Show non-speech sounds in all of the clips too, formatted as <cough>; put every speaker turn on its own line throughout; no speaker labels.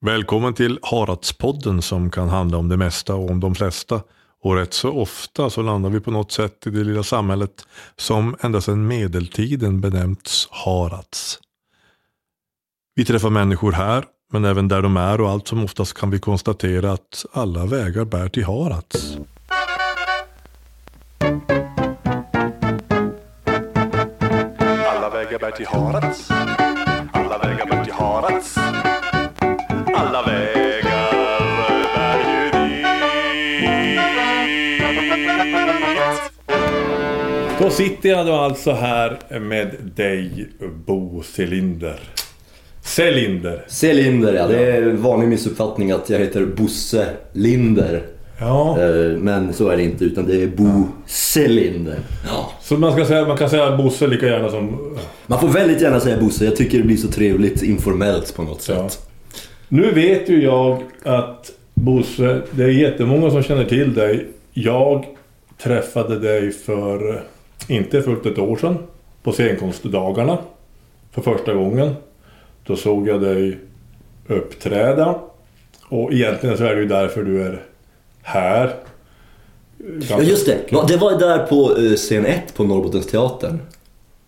Välkommen till Haratspodden som kan handla om det mesta och om de flesta. Och rätt så ofta så landar vi på något sätt i det lilla samhället som ända sedan medeltiden benämnts Harats. Vi träffar människor här, men även där de är och allt som oftast kan vi konstatera att alla vägar bär till Harats.
Alla vägar bär till Harads. Alla vägar bär till Harads. Alla vägar bär ju dit.
Då sitter jag då alltså här med dig Bo Celinder. Celinder.
Celinder ja, det är en vanlig missuppfattning att jag heter Bosse Linder.
Ja,
Eh, Men så är det inte, utan det är Bo Celinder. Ja.
så man, ska säga, man kan säga Bosse lika gärna som...
Man får väldigt gärna säga Bosse, jag tycker det blir så trevligt informellt på något
Ja.
sätt.
Nu vet ju jag att Bosse, det är jättemånga som känner till dig. Jag träffade dig för eh, inte fullt ett år sedan på scenkonstdagarna för första gången. Då såg jag dig uppträda och egentligen så är det ju därför du är här.
Ja, just det. Ja, det var där på eh, scen 1 på Norrbottens teatern.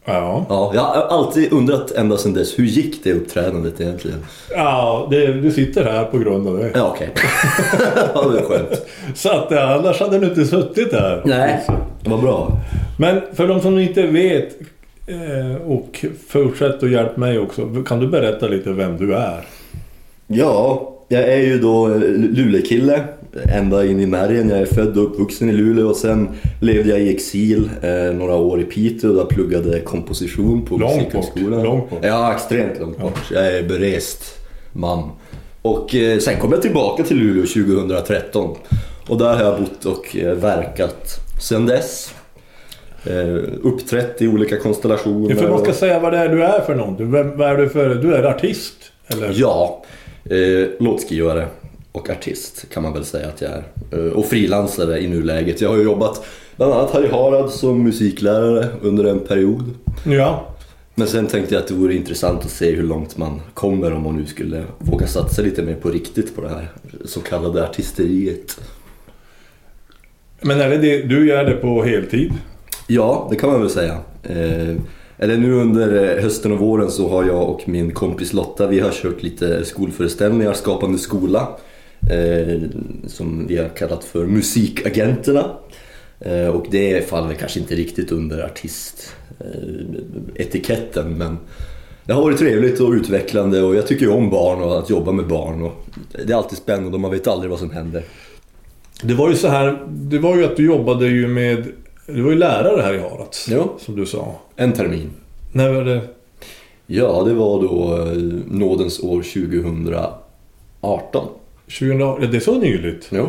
Ja.
Ja, jag har alltid undrat ända sedan dess, hur gick det uppträdandet egentligen?
Ja, det, du sitter här på grund av det.
Ja, okej. <laughs> ja, det är skönt.
Så att eh, annars hade du inte suttit här.
Nej, vad bra.
Men för de som inte vet eh, och fortsätt att hjälpa mig också. Kan du berätta lite vem du är?
Ja, jag är ju då Luleåkille ända in i märgen. Jag är född och uppvuxen i Luleå och sen levde jag i exil eh, några år i Piteå. Där pluggade jag komposition på
Långt
musikhögskolan.
bort, långt bort.
Ja, extremt långt bort. Jag är berest man. Och eh, sen kom jag tillbaka till Luleå 2013 och där har jag bott och eh, verkat sen dess. Eh, uppträtt i olika konstellationer.
Ja, för man
och-
ska säga vad det är du är för någonting. Vem, vad är du för? Du är artist? Eller?
Ja, eh, låtskrivare och artist kan man väl säga att jag är. Eh, och frilansare i nuläget. Jag har ju jobbat bland annat här i Harad som musiklärare under en period.
Ja.
Men sen tänkte jag att det vore intressant att se hur långt man kommer om man nu skulle våga satsa lite mer på riktigt på det här så kallade artisteriet.
Men är det, det du gör det på heltid?
Ja, det kan man väl säga. Eh, eller nu under eh, hösten och våren så har jag och min kompis Lotta, vi har kört lite skolföreställningar, Skapande skola. Eh, som vi har kallat för Musikagenterna. Eh, och det faller kanske inte riktigt under artistetiketten eh, etiketten, men det har varit trevligt och utvecklande och jag tycker ju om barn och att jobba med barn. Och det är alltid spännande och man vet aldrig vad som händer.
Det var ju så här. Det var ju att du jobbade ju med... Du var ju lärare här i Harads.
Ja.
Som du sa.
En termin.
När var det?
Ja, det var då eh, nådens år 2018.
2000, ja, Mm. det är så nyligt.
Jo.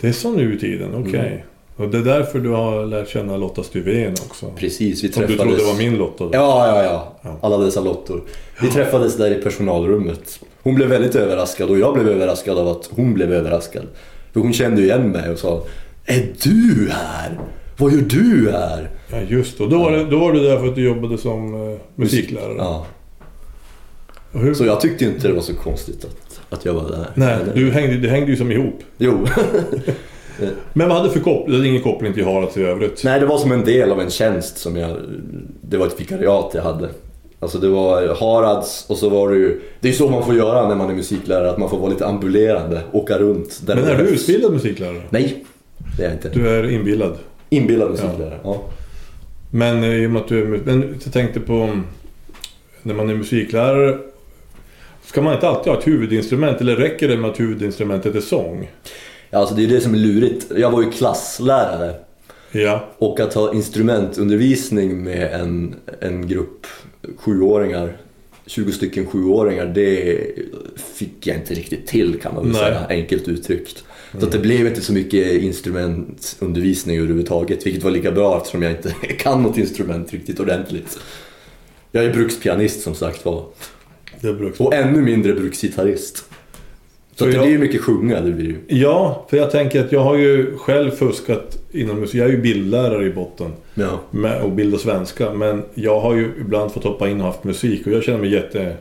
Det är så nu i tiden, okej. Och det är därför du har lärt känna Lotta Stuvén också.
Precis, vi
Som du
träffades...
trodde var min Lotta. då.
Ja, ja, ja. Alla dessa lottor. Vi träffades där i personalrummet. Hon blev väldigt överraskad och jag blev överraskad av att hon blev överraskad. För hon kände ju igen mig och sa Är du här? Vad gör du här?
Ja, just då. Då var, det, då var du där för att du jobbade som eh, musiklärare.
Ja.
Och Hur,
Så jag tyckte ju inte det var så konstigt att, att jag var där.
nej,
Eller-
du hängde, det hängde ju som ihop.
Jo.
Men vad hade du för koppling? Det hade ingen koppling till Harald i övrigt.
Nej, det var som en del av en tjänst som jag... Det var ett vikariat jag hade. Alltså det var Harads och så var det ju... Det är ju så man får göra när man är musiklärare, att man får vara lite ambulerande, åka runt. Där
Men
det
är du
behövs.
utbildad musiklärare?
Nej, det är jag inte.
Du är inbillad.
Inbillad musiklärare. Ja.
Men eh, i och med att du är... mu- Men jag tänkte på... mm, När man är musiklärare... Ska man inte alltid ha ett huvudinstrument? Eller räcker det med att huvudinstrumentet är sång?
Ja. Alltså det är det som är lurigt. Jag var ju klasslärare
Ja.
och att ha instrumentundervisning med en, en grupp sjuåringar 20 stycken sjuåringar, det fick jag inte riktigt till kan man väl
Nej. Mm.
säga, enkelt uttryckt. Så att det blev inte så mycket instrumentundervisning överhuvudtaget, vilket var lika bra eftersom jag inte <laughs> kan något instrument riktigt ordentligt. Jag är brukspianist som sagt var,
Det brukar...
och ännu mindre bruksgitarrist.
Så
Så, att det
jag-
blir ju mycket sjunga, det blir ju.
Ja, för jag tänker att jag har ju själv fuskat inom musik. Jag är ju bildlärare i botten
Ja.
med, och bildar svenska. Men jag har ju ibland fått hoppa in och haft musik och jag känner mig jätte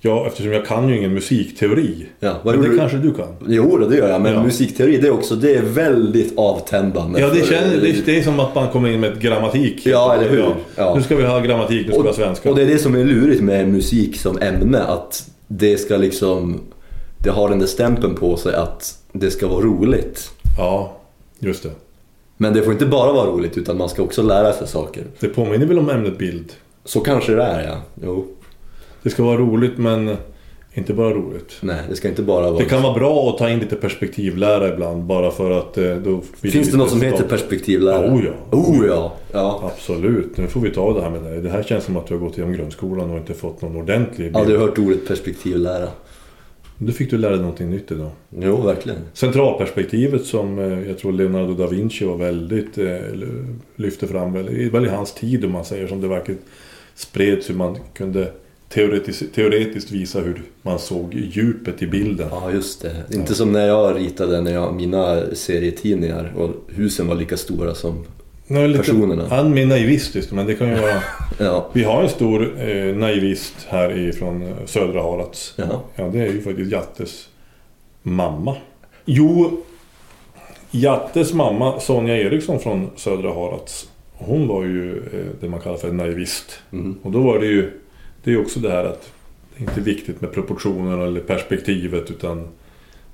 Ja, eftersom jag kan ju ingen musikteori.
Ja,
men
vad gjorde
det
du?
kanske du kan?
Jo, det gör jag. Men
Ja.
musikteori, det är också, det är väldigt avtändande.
Ja, det,
för-
känner, det, det är som att man kommer in med ett grammatik.
Ja, eller hur? Ja.
Nu ska vi ha grammatik, nu ska vi ha svenska.
Och det är det som är lurigt med musik som ämne. Att det ska liksom... Det har den där stämpeln på sig att det ska vara roligt.
Ja, just det.
Men det får inte bara vara roligt utan man ska också lära sig saker.
Det påminner väl om ämnet bild.
Så kanske det är ja. Jo.
Det ska vara roligt, men inte bara roligt.
Nej, det ska inte bara vara...
Det kan vara bra att ta in lite perspektivlära ibland bara för att eh, då... blir
Finns
lite
det något som heter
resultat.
perspektivlärare?
Oh, ja.
Oh ja. ja.
Absolut, nu får vi ta det här med dig. Det här känns som att du har gått igenom grundskolan och inte fått någon ordentlig bild.
Aldrig hört ordet perspektivlära.
Nu fick du lära dig någonting nytt idag.
Jo, verkligen.
Centralperspektivet som eh, jag tror Leonardo da Vinci var väldigt, eh, l- lyfte fram, väl- i- väl i hans tid om man säger, som det verkligen spreds hur man kunde teoretis- teoretiskt visa hur man såg djupet i bilden.
Ja, just det. Inte som när jag ritade när jag, mina serietidningar och husen var lika stora som...
Nu är det lite
Personerna.
Han är naivistiskt, men det kan ju vara...
Ja.
Vi har en stor eh, naivist här ifrån eh, södra Harads.
ja.
Ja, det är ju faktiskt Jattes mamma. Jo, Jattes mamma Sonja Eriksson från Södra Harads. Hon var ju eh, det man kallar för en naivist.
Mm.
Och då var det ju... Det är ju också det här att det är inte viktigt med proportionerna eller perspektivet utan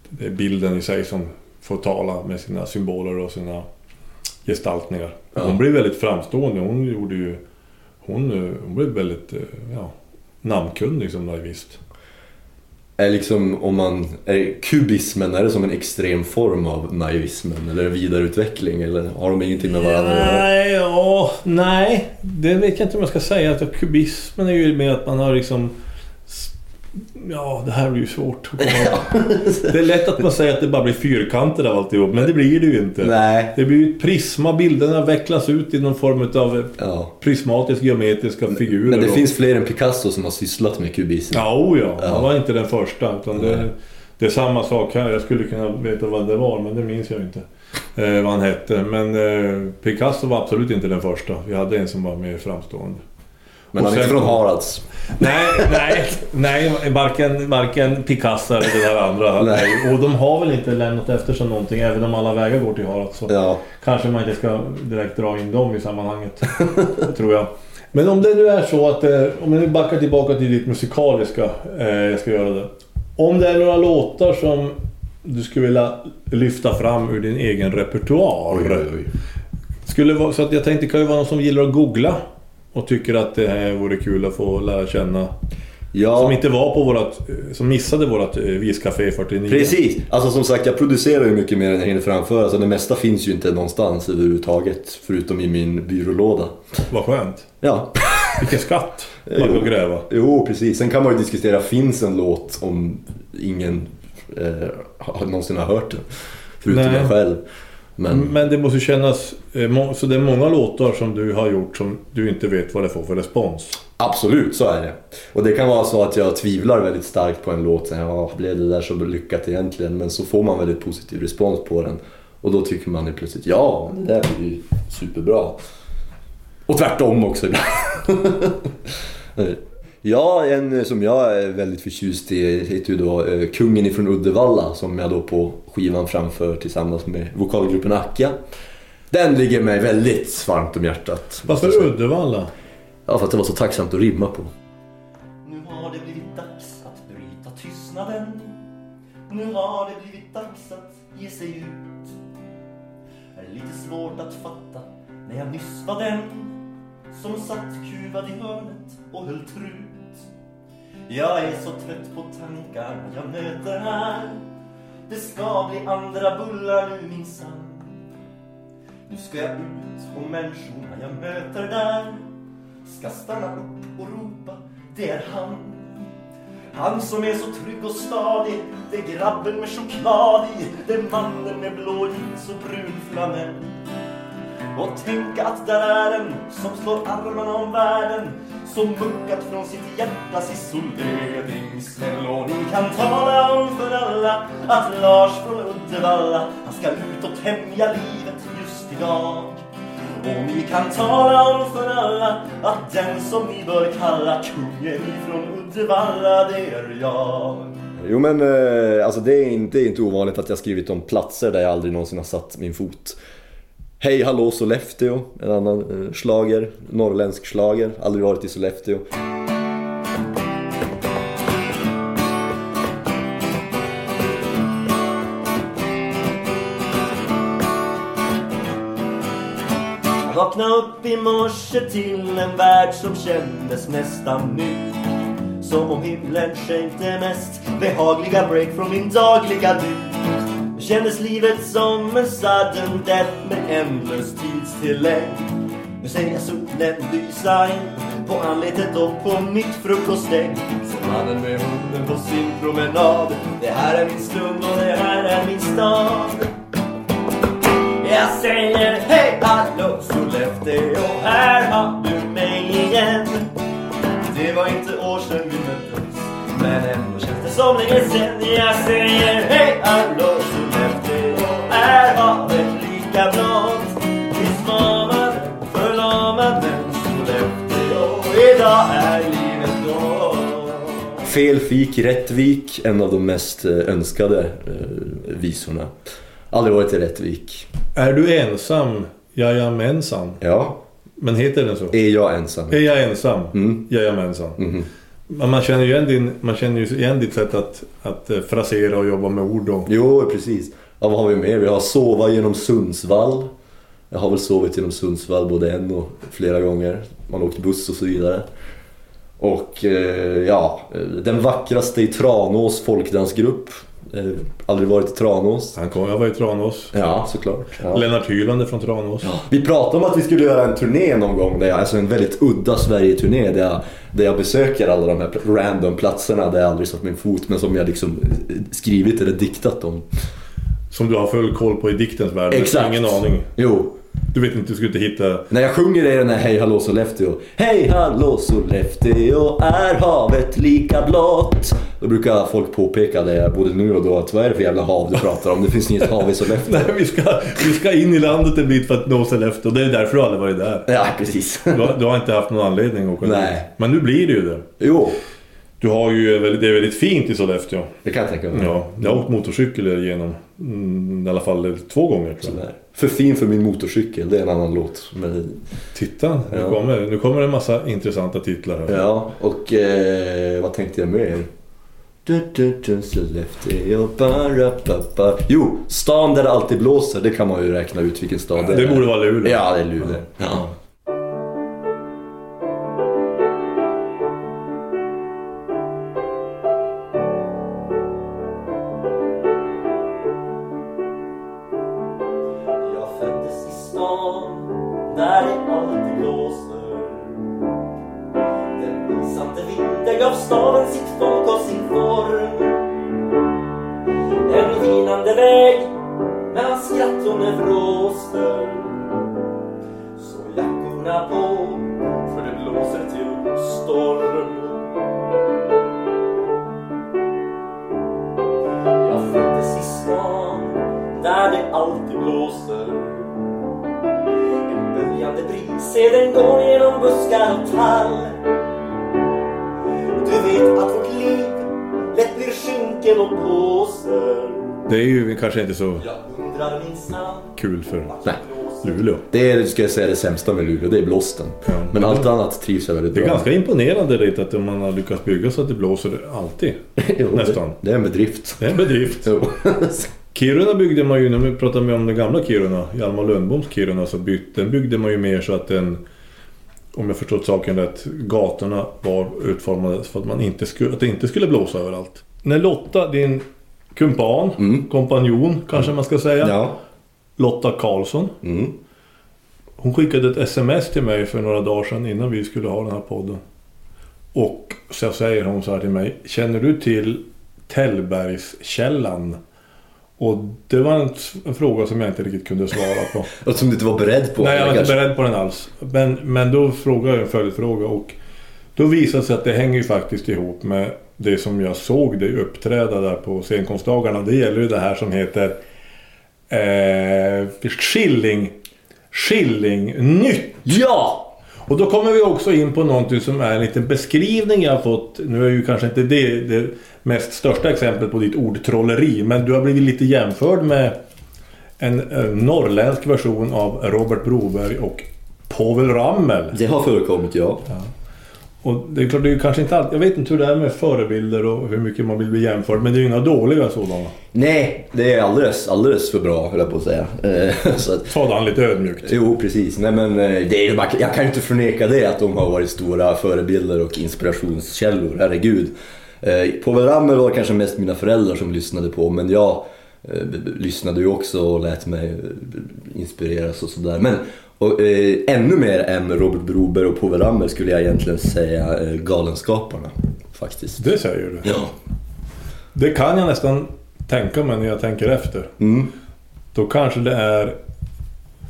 det är bilden i sig som får tala med sina symboler och sina gestaltningar.
Ja.
Hon blev väldigt framstående. Hon gjorde ju... Hon, eh, hon blev väldigt eh, ja, namnkunnig som naivist.
Är liksom om man... Är kubismen, är det som en extrem form av naivismen? Eller en vidareutveckling? Eller har de ingenting med varandra att göra?
Nej, ja, nej, det vet jag inte om jag ska säga. Att kubismen är ju mer att man har liksom... s- Ja, det här blir ju svårt. att komma- <laughs> Det är lätt att man säger att det bara blir fyrkanter av alltihop, men det blir det ju inte.
Nej.
Det blir ju ett prisma, bilderna vecklas ut i någon form av
Ja.
prismatiska, geometriska figurer.
Men det
och-
finns fler än Picasso som har sysslat med kubism.
Ja, o ja.
Ja.
Han var inte den första. Utan det,
Nej.
det är samma sak här. Jag skulle kunna veta vad det var, men det minns jag inte. Eh, vad han hette. Men eh, Picasso var absolut inte den första. Vi hade en som var mer framstående.
Men
Och
han är
sen-
inte från Harads.
Nej, nej, nej. Varken, varken Picasso eller det där andra.
Nej.
Och de har väl inte lämnat efter sig någonting, även om alla vägar går till Harald. Så
Ja.
kanske man inte ska direkt dra in dem i <laughs> sammanhanget. tror jag. Men om det nu är så att, eh, om vi backar tillbaka till ditt musikaliska, eh, jag ska göra det. Om det är några låtar som du skulle vilja lyfta fram ur din egen repertoar. Skulle vara, så att jag tänkte, det kan ju vara någon som gillar att googla och tycker att det här vore kul att få lära känna.
Ja.
Som inte var på vårat, eh, som missade vårat eh, Viscafé 49.
Precis! Alltså som sagt, jag producerar ju mycket mer än jag hinner framföra så det mesta finns ju inte någonstans överhuvudtaget förutom i min byrålåda.
Vad skönt.
Ja,
Vilken skatt man kan gräva.
jo precis. Sen kan man ju diskutera, finns en låt om ingen eh, har- någonsin har hört den? Förutom
Nej.
jag själv. Men
Men det måste kännas... eh, må- Så det är många låtar som du har gjort som du inte vet vad det får för respons.
absolut, så är det. Och det kan vara så att jag tvivlar väldigt starkt på en låt. Så här, Ja, blev det där så lyckat egentligen? Men så får man väldigt positiv respons på den. Och då tycker man ju plötsligt, ja, det där blir ju superbra. Och tvärtom också <laughs> ibland. Ja, en som jag är väldigt förtjust i heter ju då eh, Kungen ifrån Uddevalla som jag då på skivan framför tillsammans med vokalgruppen Akka. Den ligger mig väldigt varmt om hjärtat.
Varför Uddevalla?
Ja, för att det var så tacksamt att rimma på.
Nu har det blivit dags att bryta tystnaden. Nu har det blivit dags att ge sig ut. Är lite svårt att fatta när jag nyss var den som satt kuvad i hörnet och höll trut. Jag är så trött på tankar jag möter här. Det ska bli andra bullar nu minsann. Nu ska jag ut och människorna jag möter där ska stanna upp och ropa det är han. Han som är så trygg och stadig, det är grabben med choklad i, det är mannen med blå jeans och brun flanell. Och tänka att där är en som slår armarna om världen, som muckat från sitt hjärtas isolering. Snäll och ni kan tala om för alla att Lars från Uddevalla, han ska ut och tämja livet just idag. Och ni kan tala om för alla att den som ni bör kalla kungen ifrån Uddevalla, det är jag.
Jo men eh, alltså det är inte, det är inte ovanligt att jag skrivit om platser där jag aldrig någonsin har satt min fot. Hej hallå Sollefteå, en annan eh, slager, norrländsk slager, aldrig varit i Sollefteå.
Jag vaknade upp i morse till en värld som kändes nästan ny. Som om himlen skänkte mest behagliga break från min dagliga du. Kändes livet som en sudden death med ändlös tidstillägg. Nu ser jag solen lysa in på anletet och på mitt frukostägg. Som mannen med hunden på sin promenad. Det här är min stund och det här är min stad. Jag säger hej hallå Sollefteå, här har du mig igen. Det var inte år sedan vi möttes, men ändå känns det som länge sen. Jag säger hej hallå Sollefteå, här har ett lika blått. Visst var man förlamad, men Sollefteå, idag är livet gott.
Fel fik, rätt vik, en av de mest eh, önskade eh, visorna. Aldrig varit i Rättvik.
Är du ensam? Jajamensan.
Ja,
Men heter den så?
är jag ensam?
Är jag ensam?
Mm.
Jajamensan.
Mm-hmm.
Men man känner ju igen, din, man känner ju igen ditt sätt att, att eh, frasera och jobba med ord. Och,
Jo, precis. Ja, vad har vi mer? Vi har sova genom Sundsvall. Jag har väl sovit genom Sundsvall både en och flera gånger. Man åkte buss och så vidare. Och eh, ja, eh, den vackraste i Tranås folkdansgrupp. Eh, aldrig varit i Tranås.
han kom, jag var i Tranås.
Ja, såklart. Ja.
Lennart Hyland är från Tranås.
Vi pratade om att vi skulle göra en turné någon gång, där jag, alltså en väldigt udda Sverige-turné där jag, där jag besöker alla de här random platserna där jag aldrig satt min fot men som jag liksom eh, skrivit eller diktat om.
Som du har full koll på i diktens värld. men
Exakt.
Ingen aning.
Jo,
Du vet inte, du skulle inte hitta... <laughs>
När jag sjunger är den här Hej hallå Sollefteå. Hej hallå Sollefteå, är havet lika blått? Då brukar folk påpeka det både nu och då att vad är det för jävla hav du pratar om? Det finns inget hav i Sollefteå.
Nej, vi ska, vi ska in i landet en bit för att nå Sollefteå. Det är därför du aldrig varit där.
<laughs> Ja, precis.
Du har, du har inte haft någon anledning att åka
Nej.
dit. Men nu blir det ju det.
<laughs> Jo,
Du har ju, eh, väldigt- det är väldigt fint i Sollefteå.
det kan jag tänka mig.
Ja, jag har åkt motorcykel genom mm, i alla fall två gånger tror jag.
Sådär. För fin för min motorcykel, det är en annan låt. Men,
Titta, nu,
Ja.
kommer, nu kommer det en massa intressanta titlar här.
ja, och eh, vad tänkte jag mer? Du, du, du, Sollefteå, bara, ba, ba. Jo, stan där det alltid blåser, det kan man ju räkna ut vilken stad det är.
Det borde vara Luleå.
Ja, det är Luleå. Ja.
Jag föddes i stan där det alltid blåser. Den isande vinden gav staden sitt folk och sin form. En vinande väg med hans skratt och med vråster. Så jackorna på, för det blåser till storm. Jag föddes i stan där det alltid blåser. En böljande bris, se den går genom buskar och tall. Du vet att vårt liv lätt blir skynken och blåser.
Det är ju kanske inte så
Jag undrar minsann
kul för
vart
Nej.
det blåser.
Luleå.
Det är, ska jag säga, det sämsta med Luleå, det är blåsten. Men allt annat trivs jag väldigt
Mm. Det är
bra.
ganska imponerande lite att man har lyckats bygga så att det blåser alltid.
Jo, det-
nästan.
Det, är en bedrift.
Det är en bedrift.
<laughs> Jo.
Kiruna byggde man ju, när vi pratar med om den gamla Kiruna, Hjalmar Lönnboms Kiruna, så byggde, den byggde man ju mer så att den, om jag förstått saken rätt, gatorna var utformade för att, man inte skulle, att det inte skulle blåsa överallt. När Lotta, din kumpan, kompanjon kanske man ska säga,
ja.
Lotta Karlsson,
Mm.
hon skickade ett sms till mig för några dagar sedan innan vi skulle ha den här podden. Och så säger hon så här till mig. Känner du till Tällbergskällan? Och det var en, s- en fråga som jag inte riktigt kunde svara på.
Och som du inte var beredd på.
Nej, jag var inte
kanske.
beredd på den alls. Men, men då frågade jag en följdfråga och då visade det sig att det hänger ju faktiskt ihop med det som jag såg dig uppträda där på scenkonstdagarna. Det gäller ju det här som heter eh, Skilling Skillingnytt.
Ja!
Och då kommer vi också in på någonting som är en liten beskrivning jag har fått. Nu är ju kanske inte det det mest största exemplet på ditt ordtrolleri, men du har blivit lite jämförd med en eh, norrländsk version av Robert Broberg och Povel Ramel.
Det har förekommit, ja.
Och det är klart, det är ju kanske inte allt. Jag vet inte hur det är med förebilder och hur mycket man vill bli jämförd, men det är ju inga dåliga sådana.
Nej, det är alldeles, alldeles för bra höll jag på att säga. Eh, <laughs> Så att,
Sa han lite ödmjukt.
jo, precis. Nej, men eh, det är, man kan- jag kan ju inte förneka det att de har varit stora förebilder och inspirationskällor, herregud. Eh, Povel Ramel var kanske mest mina föräldrar som lyssnade på, men jag eh, b- b- lyssnade ju också och lät mig eh, b- b- inspireras och sådär. Men och, eh, ännu mer än Robert Broberg och Povel Ramel skulle jag egentligen säga eh, Galenskaparna, faktiskt.
Det säger du.
Ja.
Det kan jag nästan tänka mig när jag tänker efter.
Mm.
Då kanske det är...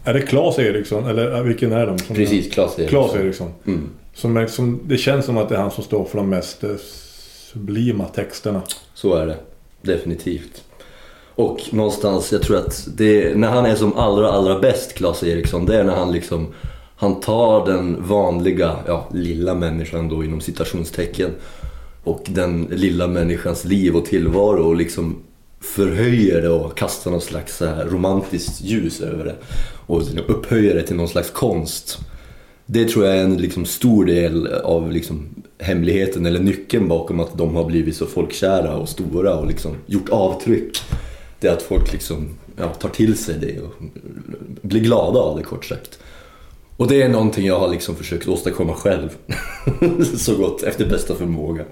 Är det Claes Eriksson eller eh, vilken är de? Som
Precis, Claes Eriksson.
Claes Eriksson.
Mm.
Som är, som, det känns som att det är han som står för de mest eh, sublima texterna.
Så är det. Definitivt. Och någonstans, jag tror att det, när han är som allra, allra bäst, Claes Eriksson, det är när han liksom han tar den vanliga, ja, lilla människan då inom citationstecken och den lilla människans liv och tillvaro och liksom förhöjer det och kastar någon slags så här romantiskt ljus över det och upphöjer det till någon slags konst. Det tror jag är en liksom stor del av liksom hemligheten eller nyckeln bakom att de har blivit så folkkära och stora och liksom gjort avtryck. Det är att folk liksom, ja, tar till sig det och blir glada av det kort sagt. Och det är någonting jag har liksom försökt åstadkomma själv. <laughs> så gott, efter bästa förmåga.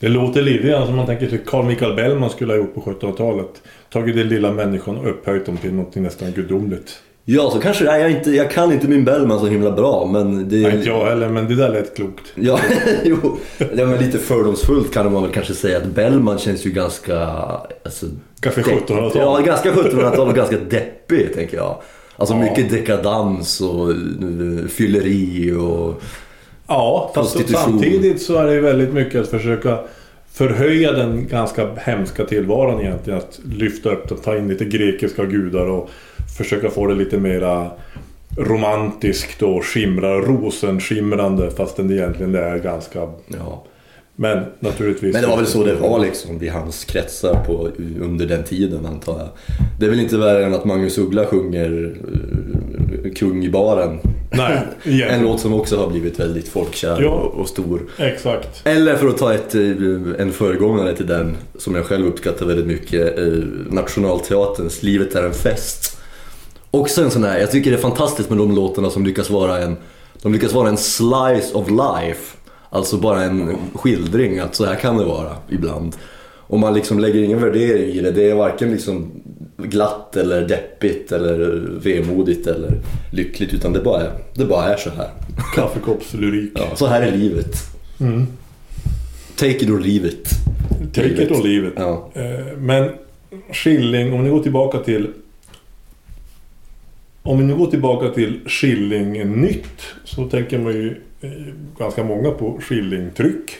Det låter lite grann som man tänker sig Carl Michael Bellman skulle ha gjort på 1700-talet. Tagit den lilla människan och upphöjt dem till någonting nästan gudomligt.
Ja, så kanske, nej, jag, är inte, jag kan inte min Bellman så himla bra men det...
Nej, inte jag heller, men det där lät klokt.
Ja, <laughs> jo. Ja, men lite fördomsfullt kan man väl kanske säga att Bellman känns ju ganska... Alltså,
Kanske
depp-
1700-tal.
Ja, ganska 1700-tal och ganska deppig tänker jag. Alltså mycket dekadans och eh, fylleri och...
Ja, fast
Prostitution.
samtidigt så är det ju väldigt mycket att försöka förhöja den ganska hemska tillvaron egentligen. Att lyfta upp den, ta in lite grekiska gudar och försöka få det lite mera romantiskt och skimra, rosenskimrande fastän det egentligen det är ganska...
Ja.
Men naturligtvis...
Men det var väl så det var liksom i hans kretsar på, under den tiden antar jag. Det är väl inte värre än att Magnus Uggla sjunger eh, Kung i baren. <laughs>
Nej,
En
egentligen.
låt som också har blivit väldigt folkkär
Ja.
och, och stor.
Exakt.
Eller för att ta ett, eh, en föregångare till den som jag själv uppskattar väldigt mycket. eh, Nationalteaterns Livet är en fest. Också en sån här, jag tycker det är fantastiskt med de låtarna som lyckas vara en, de lyckas vara en slice of life. Alltså bara en skildring att så här kan det vara ibland. Och man liksom lägger ingen värdering i det. Det är varken liksom glatt eller deppigt eller vemodigt eller lyckligt utan det bara är, det bara är så här.
Kaffekoppslyrik.
Ja, så här är livet.
Mm.
Take it or leave it.
Take it or leave it.
Ja.
Eh, Men Schilling, om ni går tillbaka till... Om vi nu går tillbaka till Schilling-nytt så tänker man ju eh, ganska många på Schilling-tryck.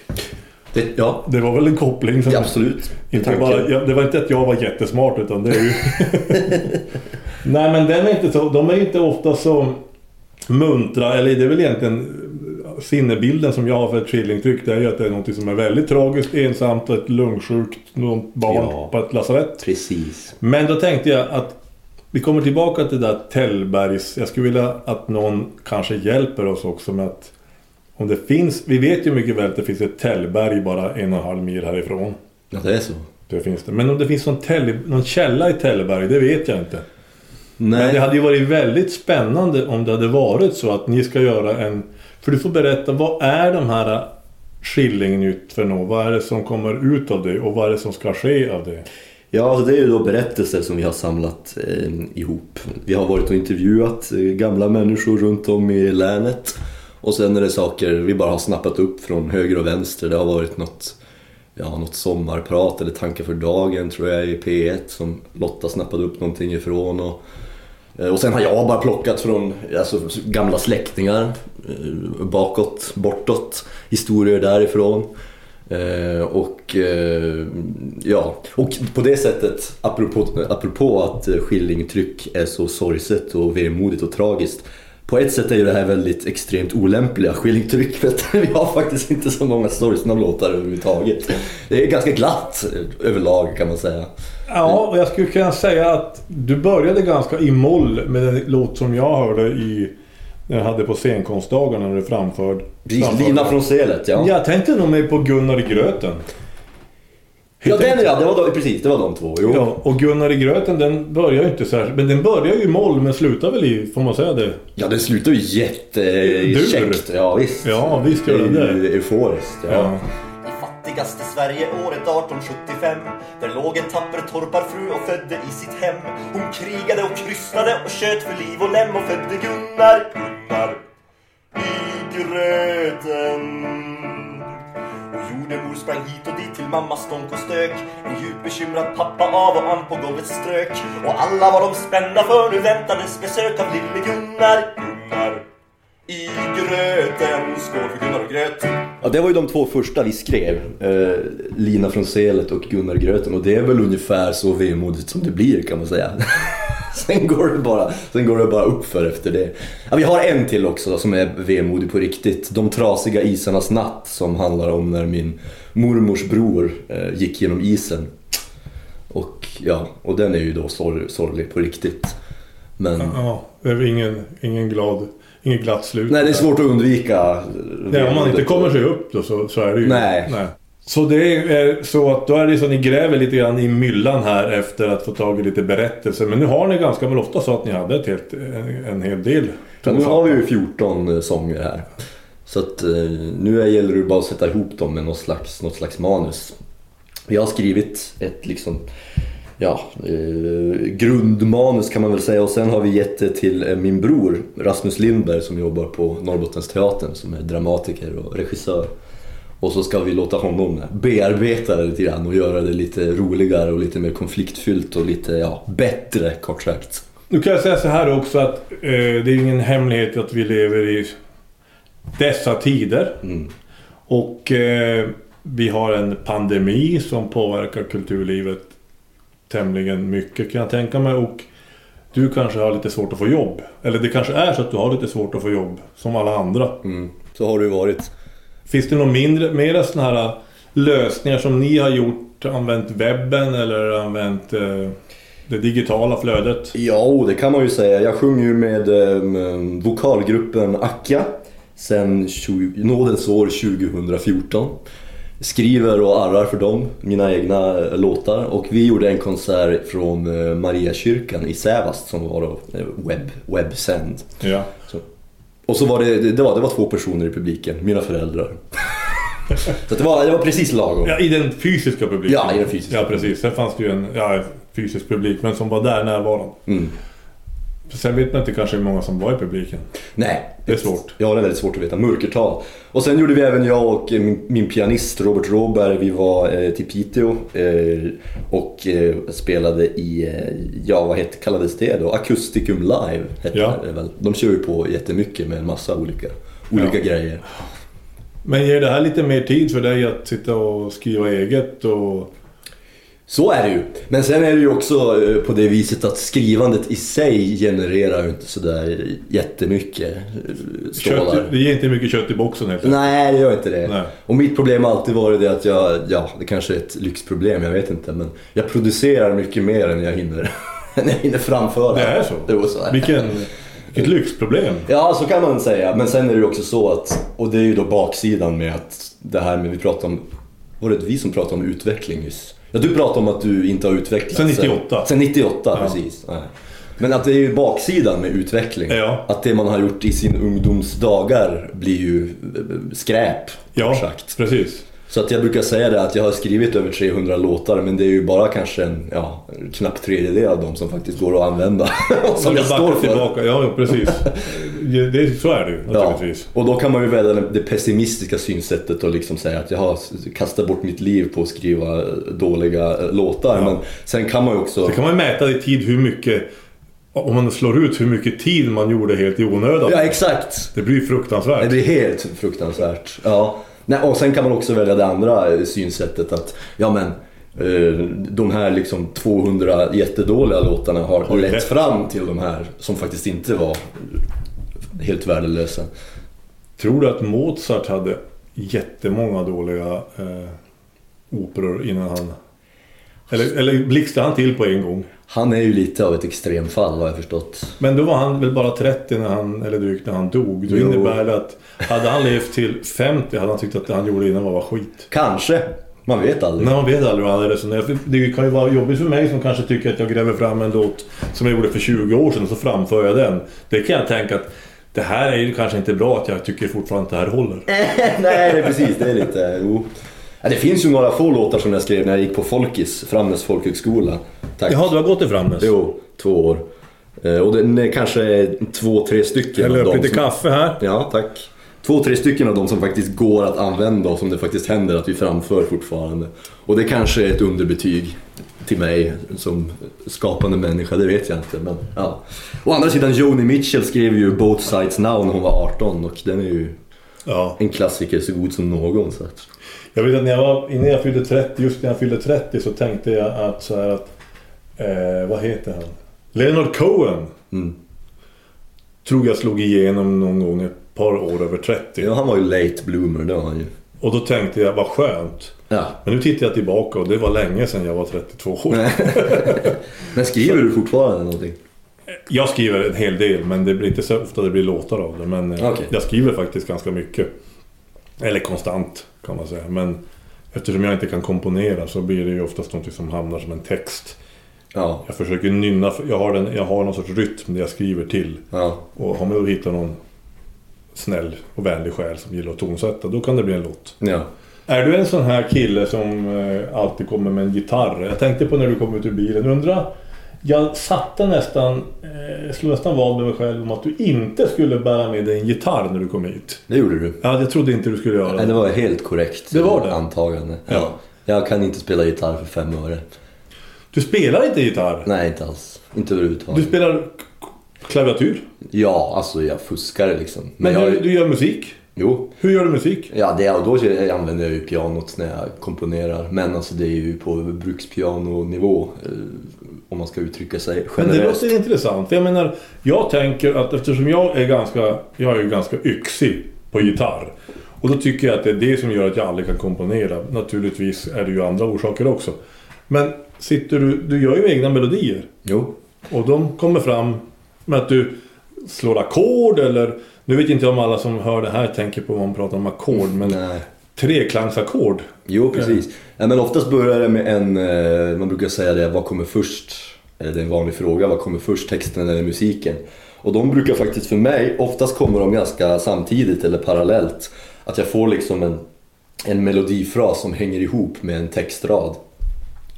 Det, ja,
Det var väl en koppling som...
det, absolut.
Inte
Tanken.
bara, ja, det var inte att jag var jättesmart utan det är ju... Nej men den är inte så, de är ju inte ofta så muntra, eller det är väl egentligen eh, sinnebilden som jag har för ett skillingtryck. Det är ju att det är något som är väldigt tragiskt, ensamt och ett lungsjukt något barn
Ja.
på ett lasarett.
Precis.
Men då tänkte jag att vi kommer tillbaka till det där Tällbergs. Jag skulle vilja att någon kanske hjälper oss också med att om det finns, vi vet ju mycket väl att det finns ett Tällberg bara en och en halv mil härifrån.
Ja, det är så.
Det finns det. Men om det finns någon, tele, någon källa i Telleberg, det vet jag inte. Men
Nej,
det hade ju varit väldigt spännande om det hade varit så att ni ska göra en... För du får berätta, vad är de här Skillingnytt för något? Vad är det som kommer ut av det och vad är det som ska ske av det?
Ja, alltså det är ju då berättelser som vi har samlat eh, ihop. Vi har varit och intervjuat eh, gamla människor runt om i länet. Och sen är det saker vi bara har snappat upp från höger och vänster. Det har varit något, ja, något sommarprat eller tankar för dagen tror jag i P1 som Lotta snappade upp någonting ifrån. Och, eh, och sen har jag bara plockat från alltså, gamla släktingar eh, bakåt, bortåt, historier därifrån. Eh, och eh, ja, och på det sättet, apropå, apropå att eh, skillingtryck är så sorgset och vemodigt och tragiskt. På ett sätt är ju det här väldigt extremt olämpliga skillingtryck för att <laughs> vi har faktiskt inte så många sorgsna låtar överhuvudtaget. Det är ganska glatt eh, överlag kan man säga.
Ja, och jag skulle kunna säga att du började ganska i moll med den låt som jag hörde i... När jag hade på scenkonstdagarna när du framförde...
Precis, Lina från Selet ja.
Jag tänkte nog mer på Gunnar i gröten.
Ja, den ja, det var, de- precis, det var de två. Jo.
Ja, och Gunnar i gröten den börjar ju inte särskilt... Men den börjar ju i moll men slutar väl i, får man säga det?
Ja, det slutar ju jättekäckt. Ja, visst.
Ja, visst gör den
det.
det.
är ju Euforiskt, ja.
I fattigaste Sverige året 1875 Där låg en tapper torparfru och födde i sitt hem Hon krigade och kryssade och tjöt för liv och lem och födde Gunnar, Gunnar i gröten Och jordemor sprang hit och dit till mamma stånk och stök En djupt bekymrad pappa av och an på golvet strök Och alla var de spända för nu väntades besök av lille Gunnar, Gunnar i gröten Skål för Gunnar och gröt
Ja, det var ju de två första vi skrev. Eh, Lina från Selet och Gunnar Gröten. Och det är väl ungefär så vemodigt som det blir kan man säga. <laughs> sen, går det bara, sen går det bara uppför efter det. Ja, vi har en till också som är vemodig på riktigt. De trasiga isarnas natt som handlar om när min mormors bror eh, gick genom isen. Och, ja, och den är ju då sorg- sorglig på riktigt. Men...
Ja, det är väl ingen, ingen glad... Inget glatt slut.
Nej, det är svårt att undvika.
Nej, om man inte kommer sig upp då så, så är det ju...
Nej.
Så det är så att då är det så att ni gräver lite grann i myllan här efter att få tag i lite berättelser. Men nu har ni ganska, men ofta så att ni hade ett helt, en, en hel del.
Så nu har vi ju 14 sånger här. Så att, eh, nu är- gäller det bara att sätta ihop dem med något slags, något slags manus. Jag har skrivit ett liksom, ja, eh, grundmanus kan man väl säga och sen har vi gett det till eh, min bror Rasmus Lindberg som jobbar på Norrbottensteatern som är dramatiker och regissör. Och så ska vi låta honom bearbeta det lite grann och göra det lite roligare och lite mer konfliktfyllt och lite ja, bättre kort sagt.
Nu kan jag säga så här också att eh, det är ju ingen hemlighet att vi lever i dessa tider. Och eh, vi har en pandemi som påverkar kulturlivet tämligen mycket kan jag tänka mig. Och du kanske har lite svårt att få jobb. Eller det kanske är så att du har lite svårt att få jobb, som alla andra.
Mm. Så har det ju varit.
Finns det några mindre, mera sådana här lösningar som ni har gjort? Använt webben eller använt eh, det digitala flödet?
Typ. Ja, och det kan man ju säga. Jag sjunger ju med ehm, vokalgruppen Akka sen 20, nådens år 2014. Skriver och arrar för dem, mina egna eh, låtar. Och vi gjorde en konsert från eh, Mariakyrkan i Sävast som var då eh, webb, webbsänd.
Ja.
Så. Och så var det, det, det var, det var två personer i publiken, mina föräldrar. <laughs> så att det, var, det var precis lagom.
Ja, i den fysiska publiken.
Ja, i den fysiska.
Ja, precis. Sen fanns det ju en ja, fysisk publik, men som var där närvarande.
Mm.
Sen vet man inte kanske hur många som var i publiken.
Nej.
Det är svårt.
Ja, det är väldigt svårt att veta. Mörkertal. Och sen gjorde vi även jag och eh, min, min pianist Robert Råberg, vi var eh, till Piteå eh, och eh, spelade i, eh, ja vad hette, kallades det då? Acousticum Live hette
Ja.
det väl. De kör ju på jättemycket med en massa olika, olika
Ja.
grejer.
Men ger det här lite mer tid för dig att sitta och skriva eget och...
Så är det ju. Men sen är det ju också eh, på det viset att skrivandet i sig genererar ju inte sådär jättemycket eh, stålar.
Kött, det ger inte mycket kött i boxen helt enkelt.
Nej, det gör inte det.
Nej.
Och mitt problem har alltid varit det att jag, ja, det kanske är ett lyxproblem, jag vet inte. Men jag producerar mycket mer än jag hinner, <laughs> än jag hinner framföra.
Det är så?
Jo, så är det.
Vilken, vilket
Mm.
lyxproblem.
Ja, så kan man säga. Men sen är det ju också så att, och det är ju då baksidan med att det här med, vi pratade om, var det vi som pratade om utveckling nyss? Ja, du pratade om att du inte har utvecklats.
Sen 98.
Sen 98, precis. Nej. Men att det är ju baksidan med utveckling.
Ja.
Att det man har gjort i sin ungdomsdagar blir ju eh, skräp,
Ja,
kort sagt.
precis.
Så att jag brukar säga det att jag har skrivit över 300 låtar men det är ju bara kanske en ja, knapp tredjedel av dem som faktiskt går att använda. <laughs> och som jag
backar
står för.
Tillbaka. Ja, ja, precis.
<laughs>
Ja, Det, så är det ju
Ja,
naturligtvis.
och då kan man ju välja det pessimistiska synsättet och liksom säga att jag har kastat bort mitt liv på att skriva dåliga eh, låtar. Men sen kan man ju också...
Det kan man ju mäta i tid hur mycket... Om man slår ut hur mycket tid man gjorde helt i onödan.
Ja, exakt!
Det blir ju fruktansvärt.
Det är helt fruktansvärt. Ja. Nej, och sen kan man också välja det andra eh, synsättet att ja men eh, de här liksom 200 jättedåliga låtarna har lett
lett.
fram till de här som faktiskt inte var helt värdelösa.
Tror du att Mozart hade jättemånga dåliga eh, operor innan han... Eller,
Alltså-
eller blixtrade han till på en gång?
Han är ju lite av ett extremfall har jag förstått.
Men då var han väl bara 30 när han, eller drygt när han dog. Då
Jo.
innebär det att hade han levt till 50 hade han tyckt att det han gjorde innan var skit.
Kanske, man vet aldrig.
Nej, man vet aldrig vad han hade resonerat. För Det kan ju vara jobbigt för mig som kanske tycker att jag gräver fram en låt som jag gjorde för 20 år sedan och så framför jag den. Det kan jag tänka att det här är ju kanske inte bra att jag tycker fortfarande att det här håller.
<laughs> Nej, det är precis. Det är lite... Jo. Ja, det finns ju några få låtar som jag skrev när jag gick på Folkis, Framnäs folkhögskola. Tack.
Jaha, du har gått till Framnäs?
Jo, två år. Eh, Och det är kanske två, tre stycken
Häller
av
upp
dem
lite
som...
kaffe här.
Ja, tack. Två, tre stycken av dem som faktiskt går att använda och som det faktiskt händer att vi framför fortfarande. Och det kanske är ett underbetyg till mig som skapande människa, det vet jag inte. Men, ja. Å andra sidan, Joni Mitchell skrev ju Both Sides Now när hon var 18 och den är ju
Ja.
en klassiker så god som någon. Så att...
Jag vet att när jag var, innan jag fyllde 30, just när jag fyllde 30 så tänkte jag att så här att... Eh, vad heter han? Leonard Cohen.
Mm.
Tror jag slog igenom någon gång ett par år över 30.
Ja, han var ju late bloomer, det var han ju.
Och då tänkte jag, vad skönt.
Ja.
Men nu tittar jag tillbaka och det var länge sedan jag var 32 år.
<laughs> Men skriver du fortfarande någonting?
Jag skriver en hel del men det blir inte så ofta det blir låtar av det. Men eh,
Okej.
jag skriver faktiskt ganska mycket. Eller konstant kan man säga. Men eftersom jag inte kan komponera så blir det ju oftast någonting som hamnar som en text.
Ja.
Jag försöker nynna, jag har, den, jag har någon sorts rytm där jag skriver till.
ja.
Och har man då hittat någon snäll och vänlig själ som gillar att tonsätta, då kan det bli en låt.
ja.
Är du en sån här kille som eh, alltid kommer med en gitarr? Jag tänkte på när du kom ut ur bilen. Undra, jag satte nästan, eh, slog nästan vad med mig själv om att du inte skulle bära med dig en gitarr när du kom hit.
Det gjorde du.
Ja, jag trodde inte du skulle göra
Nej,
det.
det var helt korrekt
Det var det.
antagande.
Ja.
Jag kan inte spela gitarr för fem öre.
Du spelar inte gitarr.
Nej, inte alls. Inte
Du
överhuvudtaget.
spelar k- k- klaviatur.
Ja, alltså jag fuskar liksom.
Men
Men jag...
du, du gör musik.
Jo.
Hur gör du musik?
Ja, det, och då använder jag ju pianot när jag komponerar. Men alltså det är ju på brukspianonivå. eh, Om man ska uttrycka sig
Men det
generellt.
låter intressant. Jag menar, jag tänker att eftersom jag är ganska, jag är ju ganska yxig på gitarr. Och då tycker jag att det är det som gör att jag aldrig kan komponera. Naturligtvis är det ju andra orsaker också. Men sitter du, du gör ju egna melodier.
Jo.
Och de kommer fram med att du slår ackord eller... Nu vet inte jag om alla som hör det här tänker på vad man pratar om ackord, men
Nej.
treklangsackord.
Jo, precis. Ja, men oftast börjar det med en, eh, man brukar säga det, vad kommer först? Eh, Det är en vanlig fråga, vad kommer först, texten eller musiken? Och de brukar faktiskt för mig, oftast kommer de ganska samtidigt eller parallellt. Att jag får liksom en, en melodifras som hänger ihop med en textrad.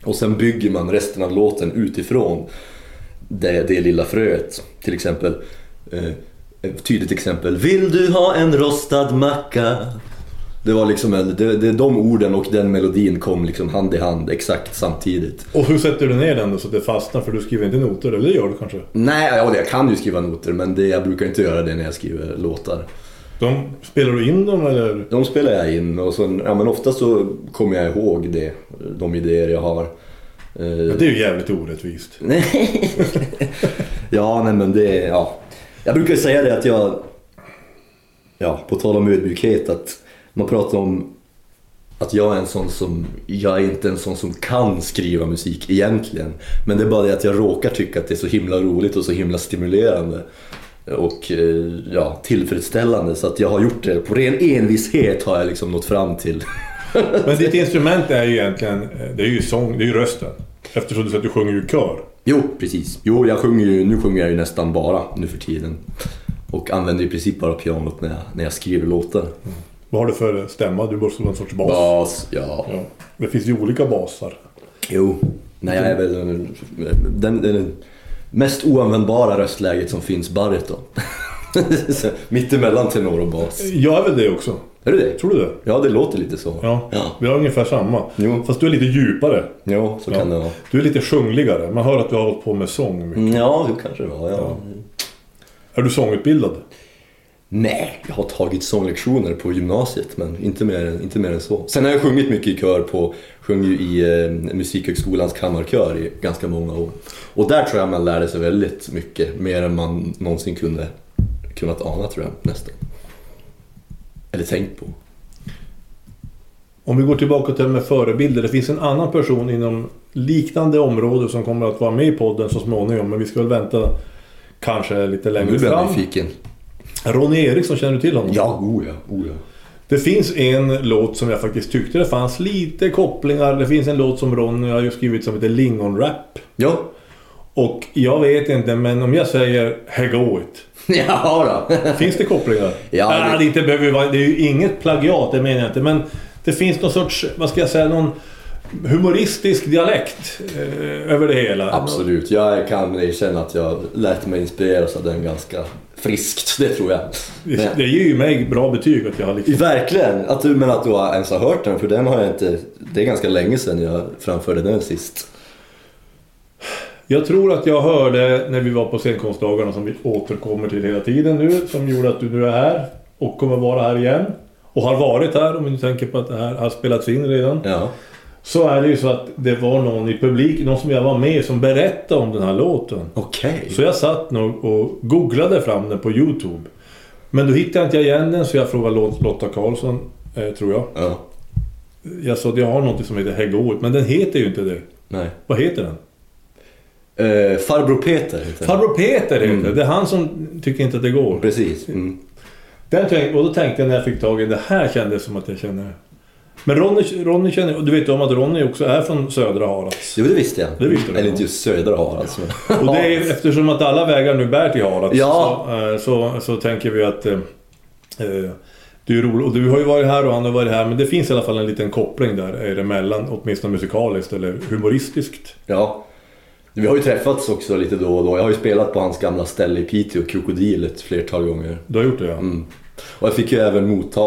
Och sen bygger man resten av låten utifrån det, det lilla fröet. Till exempel, eh, ett tydligt exempel. Vill du ha en rostad macka? Det var liksom en, det, det, de orden och den melodin kom liksom hand i hand exakt samtidigt.
Och hur sätter du ner den då så att det fastnar? För du skriver inte noter, eller det gör du kanske?
Nej, ja, jag kan ju skriva noter men det, jag brukar inte göra det när jag skriver låtar.
De, spelar du in dem eller?
De spelar jag in och sen, ja, men ofta så kommer jag ihåg det, de idéer jag har. Eh,
Det är ju jävligt orättvist.
Nej. <laughs> ja, nej men det, ja. Jag brukar säga det att jag, ja, på tal om ödmjukhet, att man pratar om att jag är en sån som, jag är inte en sån som kan skriva musik egentligen. Men det är bara det att jag råkar tycka att det är så himla roligt och så himla stimulerande. Och eh, ja, tillfredsställande. Så att jag har gjort det. På ren envishet har jag liksom nått fram till.
Men ditt instrument är ju egentligen, eh, det är ju sång, det är ju rösten. Eftersom du säger att du sjunger i kör.
Jo, precis. Jo, jag sjunger ju, nu sjunger jag ju nästan bara nu för tiden. Och använder i princip bara pianot när jag, när jag skriver låtar.
Vad har du för stämma? Du måste vara en sorts bas.
Bas, ja.
Ja. Det finns ju olika basar.
Jo. Nej, jag är väl den, den, den mest oanvändbara röstläget som finns, <laughs> baryton. Så, Mittemellan tenor och bas.
Jag är väl det också.
Är du det?
Tror du det?
Ja, det låter lite så.
Ja.
Ja,
Vi har ungefär samma.
Jo.
Fast du är lite djupare.
Jo, så kan det vara. Mm,
Du är lite sjungligare. Man hör att du har hållit på med sång mycket.
Ja, så kanske det var. Ja.
Är du sångutbildad?
Nej, jag har tagit sånglektioner på gymnasiet men inte mer, än- inte mer än så. Sen har jag sjungit mycket i kör på, sjöng ju i eh, Musikhögskolans kammarkör i ganska många år. Och där tror jag man lärde sig väldigt mycket, mer än man någonsin kunde kunnat ana tror jag nästan. Eller tänkt på.
Om vi går tillbaka till det med förebilder. Det finns en annan person inom liknande område som kommer att vara med i podden så småningom. Men vi ska väl vänta kanske lite
Nu
längre
blir jag
fram.
nyfiken.
Ronny Eriksson, känner du till honom?
Ja, oh ja, oh ja.
Det finns en låt som jag faktiskt tyckte det fanns lite kopplingar. Det finns en låt som Ronny har ju skrivit som heter Lingonrap.
Ja, <laughs>
Och jag vet inte, men om jag säger Hego it.
ja då. <laughs>
Finns det kopplingar?
Ja, det-
Nej, det... inte behöver ju vara, det är ju inget plagiat, det menar jag inte. Men det finns någon sorts, vad ska jag säga, någon humoristisk dialekt eh, över det hela.
Absolut, jag kan erkänna att jag lät mig inspireras av den ganska friskt, det tror jag.
Det, det ger ju mig bra betyg att jag har liksom...
Verkligen! Att du, men att du har ens har hört den, för den har jag inte... Det är ganska länge sedan jag framförde den sist.
Jag tror att jag hörde när vi var på scenkonstdagarna som vi återkommer till hela tiden nu, som gjorde att du nu är här och kommer vara här igen. Och har varit här, om vi nu tänker på att det här har spelats in redan.
Ja.
Så är det ju så att det var någon i publiken, någon som jag var med som berättade om den här låten.
Okej.
Så jag satt nog och googlade fram den på Youtube. Men då hittade inte jag igen den så jag frågade Lot- Lotta Karlsson, eh, tror jag.
Ja.
Jag sa att jag har något som heter Häggoet, men den heter ju inte det.
Nej.
Vad heter den?
Eh, Farbror Peter heter den.
Farbror Peter heter det. Det är han som tycker inte att det går.
Precis. Mm.
Den tänk, och då tänkte jag när jag fick tag i det här kändes som att jag känner... Men Ronny, Ronny känner... och Du vet om att Ronny också är från södra Harads.
Jo, det visste jag.
Det visste du.
Eller inte just södra Harads.
<laughs>
men-
Och det är, eftersom att alla vägar nu bär till Harads
Ja.
så, eh, så, så tänker vi att... eh, eh, Det är roligt. Och du har ju varit här och han har varit här men det finns i alla fall en liten koppling där eh, emellan. Åtminstone musikaliskt eller humoristiskt.
Ja. Vi har ju träffats också lite då och då. Jag har ju spelat på hans gamla ställe i Piteå, Krokodilet, flertal gånger.
Du har gjort det ja.
Och jag fick ju även motta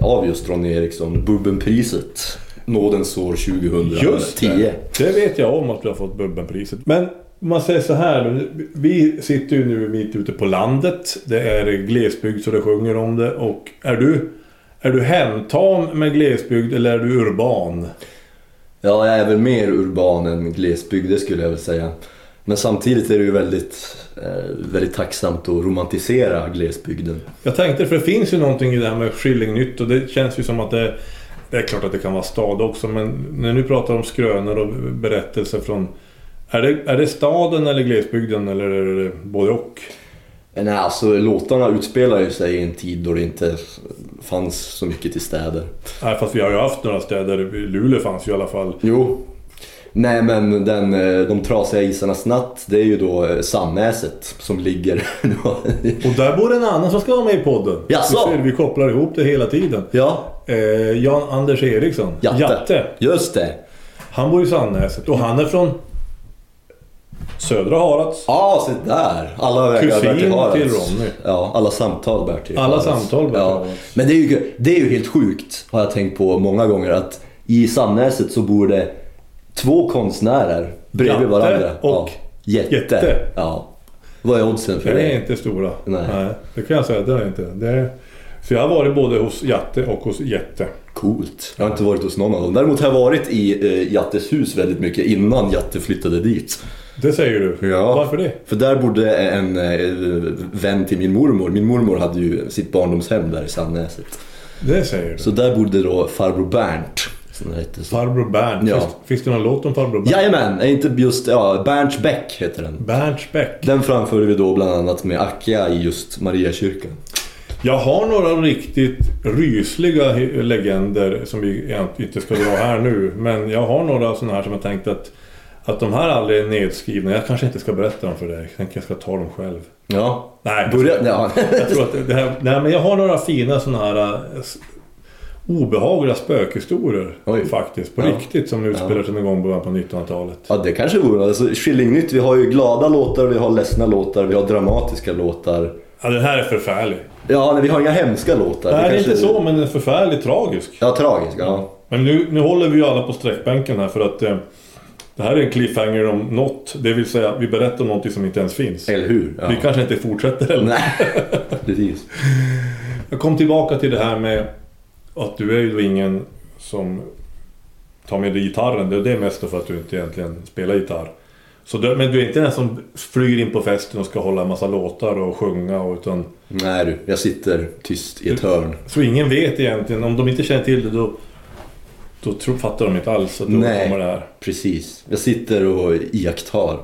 av just Ronny Eriksson Bubbenpriset. Nådens år 2010.
Just det! Det vet jag om att du har fått Bubbenpriset. Men om man säger så här nu. Vi sitter ju nu mitt ute på landet. Det är glesbygd så det sjunger om det. Och är du, är du hemtam med glesbygd eller är du urban?
Ja, jag är väl mer urban än glesbygd, det skulle jag väl säga. Men samtidigt är det ju väldigt, eh, väldigt tacksamt att romantisera glesbygden.
Jag tänkte, för det finns ju någonting i det här med Skillingnytt och det känns ju som att det... Det är klart att det kan vara stad också men när du pratar om skrönor och berättelser från... Är det, är det staden eller glesbygden eller är det både och?
Men nej, alltså låtarna utspelar ju sig i en tid då det inte fanns så mycket till städer.
Nej, fast vi har ju haft några städer. Luleå fanns ju i alla fall.
Jo. Nej men den, eh, De trasiga isarnas natt, det är ju då eh, Sannäset som ligger... <laughs>
Och där bor en annan som ska vara med i podden.
Jaså?
Du ser, vi kopplar ihop det hela tiden.
ja,
Eh, Jan-Anders Eriksson.
Jatte. Just det.
Han bor i Sandnäset och han är från Södra Harads.
Ja, ah, se där! Alla vägar
Kusin
bär till Harads.
till Ronny.
Ja, alla samtal bär till
Alla
Harads.
samtal bär till
ja.
Harads.
Men det är, ju, det är ju helt sjukt, har jag tänkt på många gånger, att i Sandnäset så bor det två konstnärer bredvid
Jatte
varandra.
och
ja. Jätte.
Jätte.
Ja. Vad är oddsen för
Det är
det?
inte stora.
Nej.
det kan jag säga. Det är inte. Det är... Så jag har varit både hos Jatte och hos Jätte.
Coolt. Jag har inte varit hos någon av dem. Däremot har jag varit i eh, Jattes hus väldigt mycket innan Jatte flyttade dit.
Det säger du.
Ja.
Varför det?
För där bodde en eh, vän till min mormor. Min mormor hade ju sitt barndomshem där i Sandnäset.
Det säger du.
Så där bodde då farbror Bernt. Som det hette så.
Farbror Bernt.
Ja.
Finns, finns det någon låt om farbror Bernt?
Jajamän, är inte just, ja, Bernt Beck heter den.
Bernts Bäck.
Den framförde vi då bland annat med Akja i just Mariakyrkan.
Jag har några riktigt rysliga he- legender som vi egentligen inte ska dra här nu. Men jag har några sådana här som jag tänkt att, att de här aldrig är nedskrivna. Jag kanske inte ska berätta dem för dig. Jag tänker jag ska ta dem själv.
Ja.
Nej,
Börja, ja. <laughs>
jag tror att det här, nej men jag har några fina sådana här eh, s- obehagliga spökhistorier
Oj.
faktiskt. På
Ja.
riktigt som utspelar sig någon gång i början på 1900-talet.
ja, det kanske vore alltså, Skillingnytt, vi har ju glada låtar, vi har ledsna låtar, vi har dramatiska låtar.
Ja, den här är förfärlig.
Ja, nej, vi har inga hemska låtar.
Nej, det är
kanske-
inte så, men den är förfärligt tragisk.
Ja, tragiska. Ja.
Men nu, nu håller vi ju alla på sträckbänken här för att eh, Det här är en cliffhanger om något. Det vill säga, vi berättar om någonting som inte ens finns.
Eller hur? Ja.
Vi kanske inte fortsätter heller.
<laughs> Nej, precis.
Jag kom tillbaka till det här med att du är ju ingen som tar med dig gitarren. Det är det mest för att du inte egentligen spelar gitarr. Så du, men du är inte den som flyger in på festen och ska hålla en massa låtar och sjunga. Och, utan,
Nej du, jag sitter tyst i ett hörn.
så ingen vet egentligen. Om de inte känner till det då, då tror, fattar de inte alls att du
Nej.
håller på med det här.
Precis. Jag sitter och iakttar.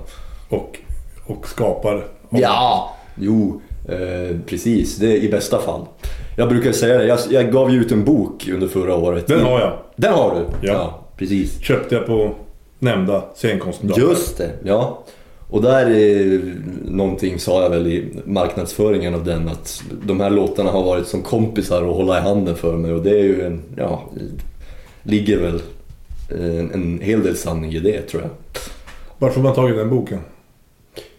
Och, och skapar.
Ja! Jo, eh, precis. Det är i bästa fall. Jag brukar säga det. Jag, jag gav ju ut en bok under förra året.
Den har jag.
Den har du?
Ja.
precis.
Köpte jag på nämnda scenkonstdag.
Just det, ja. Och där är någonting sa jag väl i marknadsföringen av den att de här låtarna har varit som kompisar att hålla i handen för mig och det är ju en, ja, ligger väl en, en hel del sanning i det tror jag.
Varför har man tagit den boken?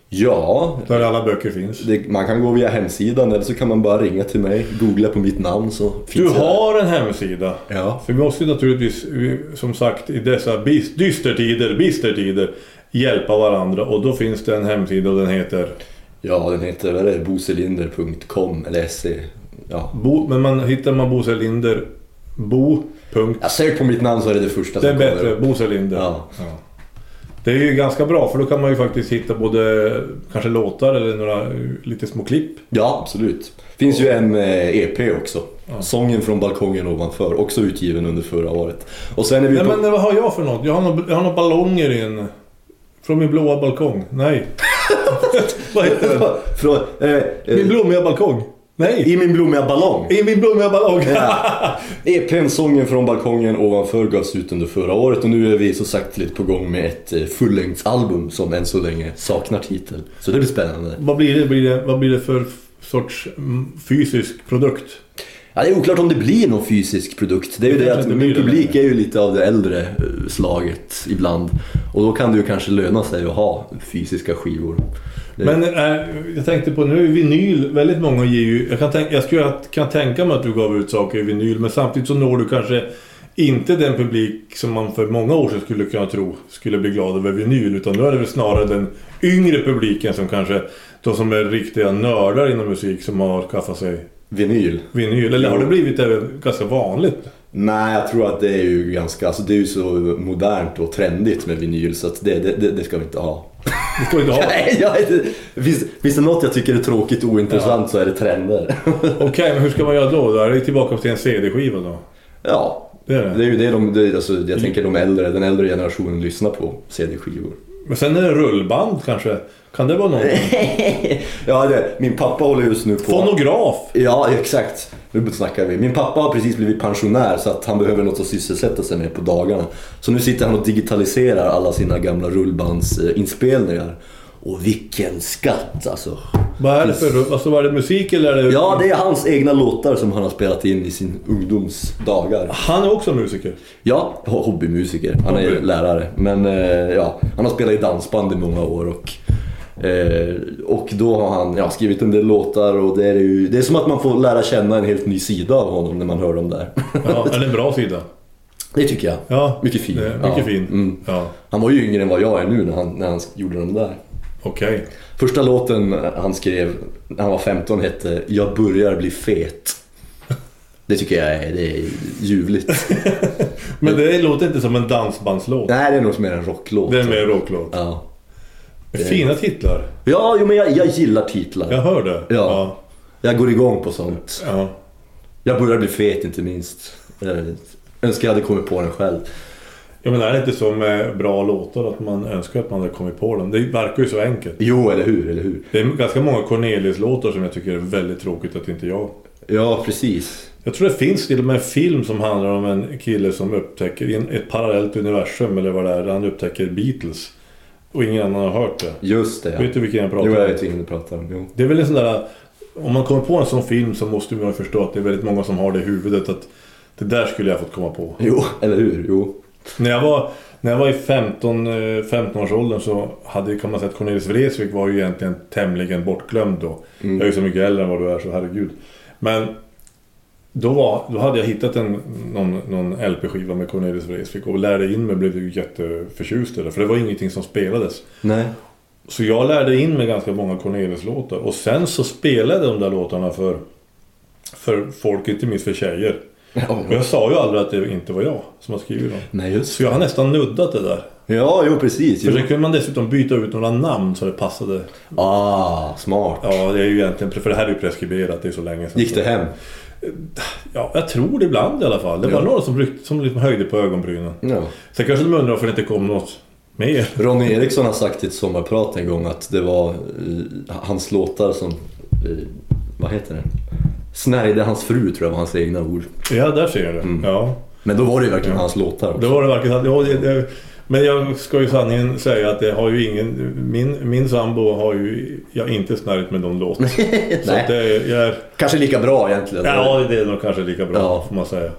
Ja,
Där alla böcker finns.
det, man kan gå via hemsidan eller så kan man bara ringa till mig, googla på mitt namn så
Du
finns jag där.
har en hemsida.
Ja.
För vi måste ju naturligtvis, vi- som sagt, i dessa bis- dystertider, bistertider hjälpa varandra. Och då finns det en hemsida och den heter...
Ja, den heter vad är det, boselinder.com eller se. Ja.
Bo, men man hittar man Bosse Linder... Bo... Punkt.
Jag sök på mitt namn så är det det första
Det är
som
bättre,
kommer.
Bosse Linder.
Ja.
Det är ju ganska bra för då kan man ju faktiskt hitta både kanske låtar eller några eh, lite små klipp.
Ja, absolut. Finns ju en eh, EP också. Sången från balkongen ovanför. Också utgiven under förra året. Och sen är vi
Nej
på...
men vad har jag för något? Jag har några, jag har några ballonger i en... Från min blåa balkong. Nej. <laughs> vad heter
<laughs>
den?
<laughs> från, eh,
Min
eh,
blommiga balkong? Nej!
I min blommiga ballong.
I min blommiga ballong!
Ja. EPn Sången från balkongen ovanför gavs ut under förra året och nu är vi så saktligt på gång med ett eh, fullängdsalbum som än så länge saknar titel. Så det blir spännande.
<laughs> vad, blir det, blir det, vad blir det för f- sorts mm, fysisk produkt?
Ja, det är oklart om det blir någon fysisk produkt. Det är ju
Det
det
kanske
att
inte
min
blir det
publik är ju lite av det äldre eh, slaget ibland. Och då kan det ju kanske löna sig att ha fysiska skivor. Det-
Men eh, jag tänkte på nu, vinyl, väldigt många ger ju... Jag kan, tänka, jag skulle, att- kan tänka mig att du gav ut saker i vinyl men samtidigt så når du kanske inte den publik som man för många år sedan skulle kunna tro skulle bli glad över vinyl utan nu är det väl snarare den yngre publiken som kanske... De som är riktiga nördar inom musik som har skaffat sig
Vinyl?
vinyl. Eller har det blivit även ganska vanligt?
Nej, jag tror att det är ju ganska, alltså det är ju så modernt och trendigt med vinyl så att det, det, det, det ska vi inte ha.
Det ska inte ha.
<laughs> Nej, jag, det, finns, finns det något jag tycker är tråkigt och ointressant så är det trender. <laughs>
Okej, men hur ska man göra då? Då är det tillbaka till en CD-skiva då?
ja,
Det är det. Mm.
det är ju det de, det, alltså, jag tänker de äldre, den äldre generationen lyssnar på, CD-skivor. <laughs>
Men sen är det rullband kanske? Kan det vara någonting?
Ja, det, min pappa håller just nu på...
Fonograf?
Ja, exakt. Nu snackar vi. Min pappa har precis blivit pensionär så att han behöver något att sysselsätta sig med på dagarna. Så nu sitter han och digitaliserar alla sina gamla rullbandsinspelningar. Och vilken skatt alltså.
Vad är det för rull- alltså, vad är det musik eller är det...
Ja, det är hans egna låtar som han har spelat in i sin ungdomsdagar.
Han är också musiker.
Ja, ho- hobbymusiker. Han är
Hobby.
lärare. Men eh, ja, han har spelat i dansband i många år. Och, eh, och då har han ja, skrivit en del låtar och det är, ju, det är som att man får lära känna en helt ny sida av honom när man hör dem där. <laughs>
Ja, eller en bra sida.
det tycker jag.
Ja,
Mycket fin.
eh, Mycket
Ja,
fin.
mm.
Ja,
Han var ju yngre än vad jag är nu när han, när han gjorde de där.
okej.
Första låten han skrev när han var 15 hette “Jag börjar bli fet”. Det tycker jag är, det är ljuvligt. Eh.
Men det låter inte som en dansbandslåt.
Nej, det är nog mer en rocklåt.
Det är mer rocklåt.
Ja,
Fina titlar.
ja jo, men jag, jag gillar titlar.
Jag hör det.
Ja. Jag går igång på sånt.
Ja. ja.
Jag börjar bli fet inte minst. Eh, önskar jag hade kommit på den själv.
Jag menar, är det inte så med bra låtar att man önskar att man hade kommit på dem? Det verkar ju så enkelt.
Jo, eller hur, eller hur?
Det är ganska många Cornelius-låtar som jag tycker är väldigt tråkigt att inte jag
Ja, precis.
Jag tror det finns till och med en film som handlar om en kille som upptäcker i en- ett parallellt universum eller vad det är. Där han upptäcker Beatles. Och ingen annan har hört det.
Just det. ja.
Vet du vilken jag pratar
Jo,
om?
jag vet vilken du pratar om. Jo.
Det är väl en sån där... Om man kommer på en sån film så måste man ju förstå att det är väldigt många som har det i huvudet. Att det där skulle jag fått komma på.
jo, eller hur? Jo.
När jag var, när jag var i 15, eh, 15-årsåldern så hade, kan man säga att Cornelis Vreeswijk var ju egentligen tämligen bortglömd då. Jag är ju så mycket äldre än vad du är så herregud. Men Då, var, då hade jag hittat en, någon, någon LP-skiva med Cornelis Vreeswijk och lärde in mig och blev ju jätteförtjust i det. För det var ingenting som spelades.
Nej.
Så jag lärde in mig ganska många Cornelis-låtar. Och sen så spelade jag de där låtarna för, för folk, inte minst för tjejer.
Ja.
Och jag sa ju aldrig att det inte var jag som hade skrivit dem.
Nej, just
Så jag har nästan nuddat det där.
Ja, jo precis.
För
Jo.
sen kunde man dessutom byta ut några namn så det passade.
Ah, smart.
Ja, det är ju egentligen... För det här är ju preskriberat, det är så länge sedan.
Gick det hem?
Ja, jag tror det ibland i alla fall. Det var
Ja.
några som, ryck, som liksom höjde på ögonbrynen.
Ja.
Sen kanske de undrar varför det inte kom något mer.
Ronny Eriksson har sagt i ett sommarprat en gång att det var eh, hans låtar som... Eh, vad heter det? Snärjde hans fru tror jag var hans egna ord.
Ja, där ser jag det.
Mm.
Ja.
Men då var det ju verkligen hans låtar
Det
också.
var det verkligen. Ja, det, det, men jag ska ju sanningen säga att det har ju ingen... Min, min sambo har ju... Jag har inte snärjt med någon
<laughs>
låt. Så att
Nej.
det är... Jag är
Kanske lika bra egentligen.
Ja, det är nog kanske lika bra
Ja.
får man säga.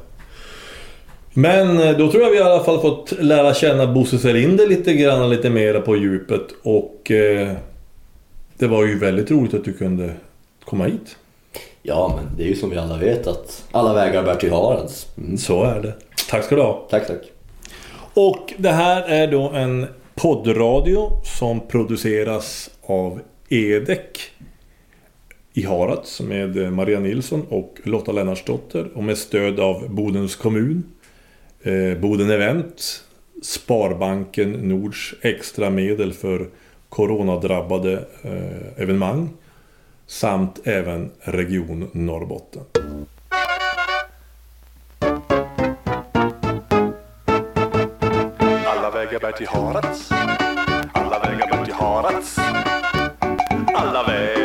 Men eh, då tror jag vi i alla fall fått lära känna Bosse Selinder lite grann, lite mera på djupet. Och eh, det var ju väldigt roligt att du kunde komma hit.
ja, men det är ju som vi alla vet att alla vägar bär till Harads. Mm.
Så är det. Tack ska du ha.
Tack, tack.
Och det här är då en poddradio som produceras av Edek i Harads med Maria Nilsson och Lotta Lennartsdotter och med stöd av Bodens kommun, eh, Boden Event, Sparbanken Nords extra medel för coronadrabbade eh, evenemang samt även Region Norrbotten.
Alla vägar bär till Harads. Alla vägar bär till Harads. Alla vägar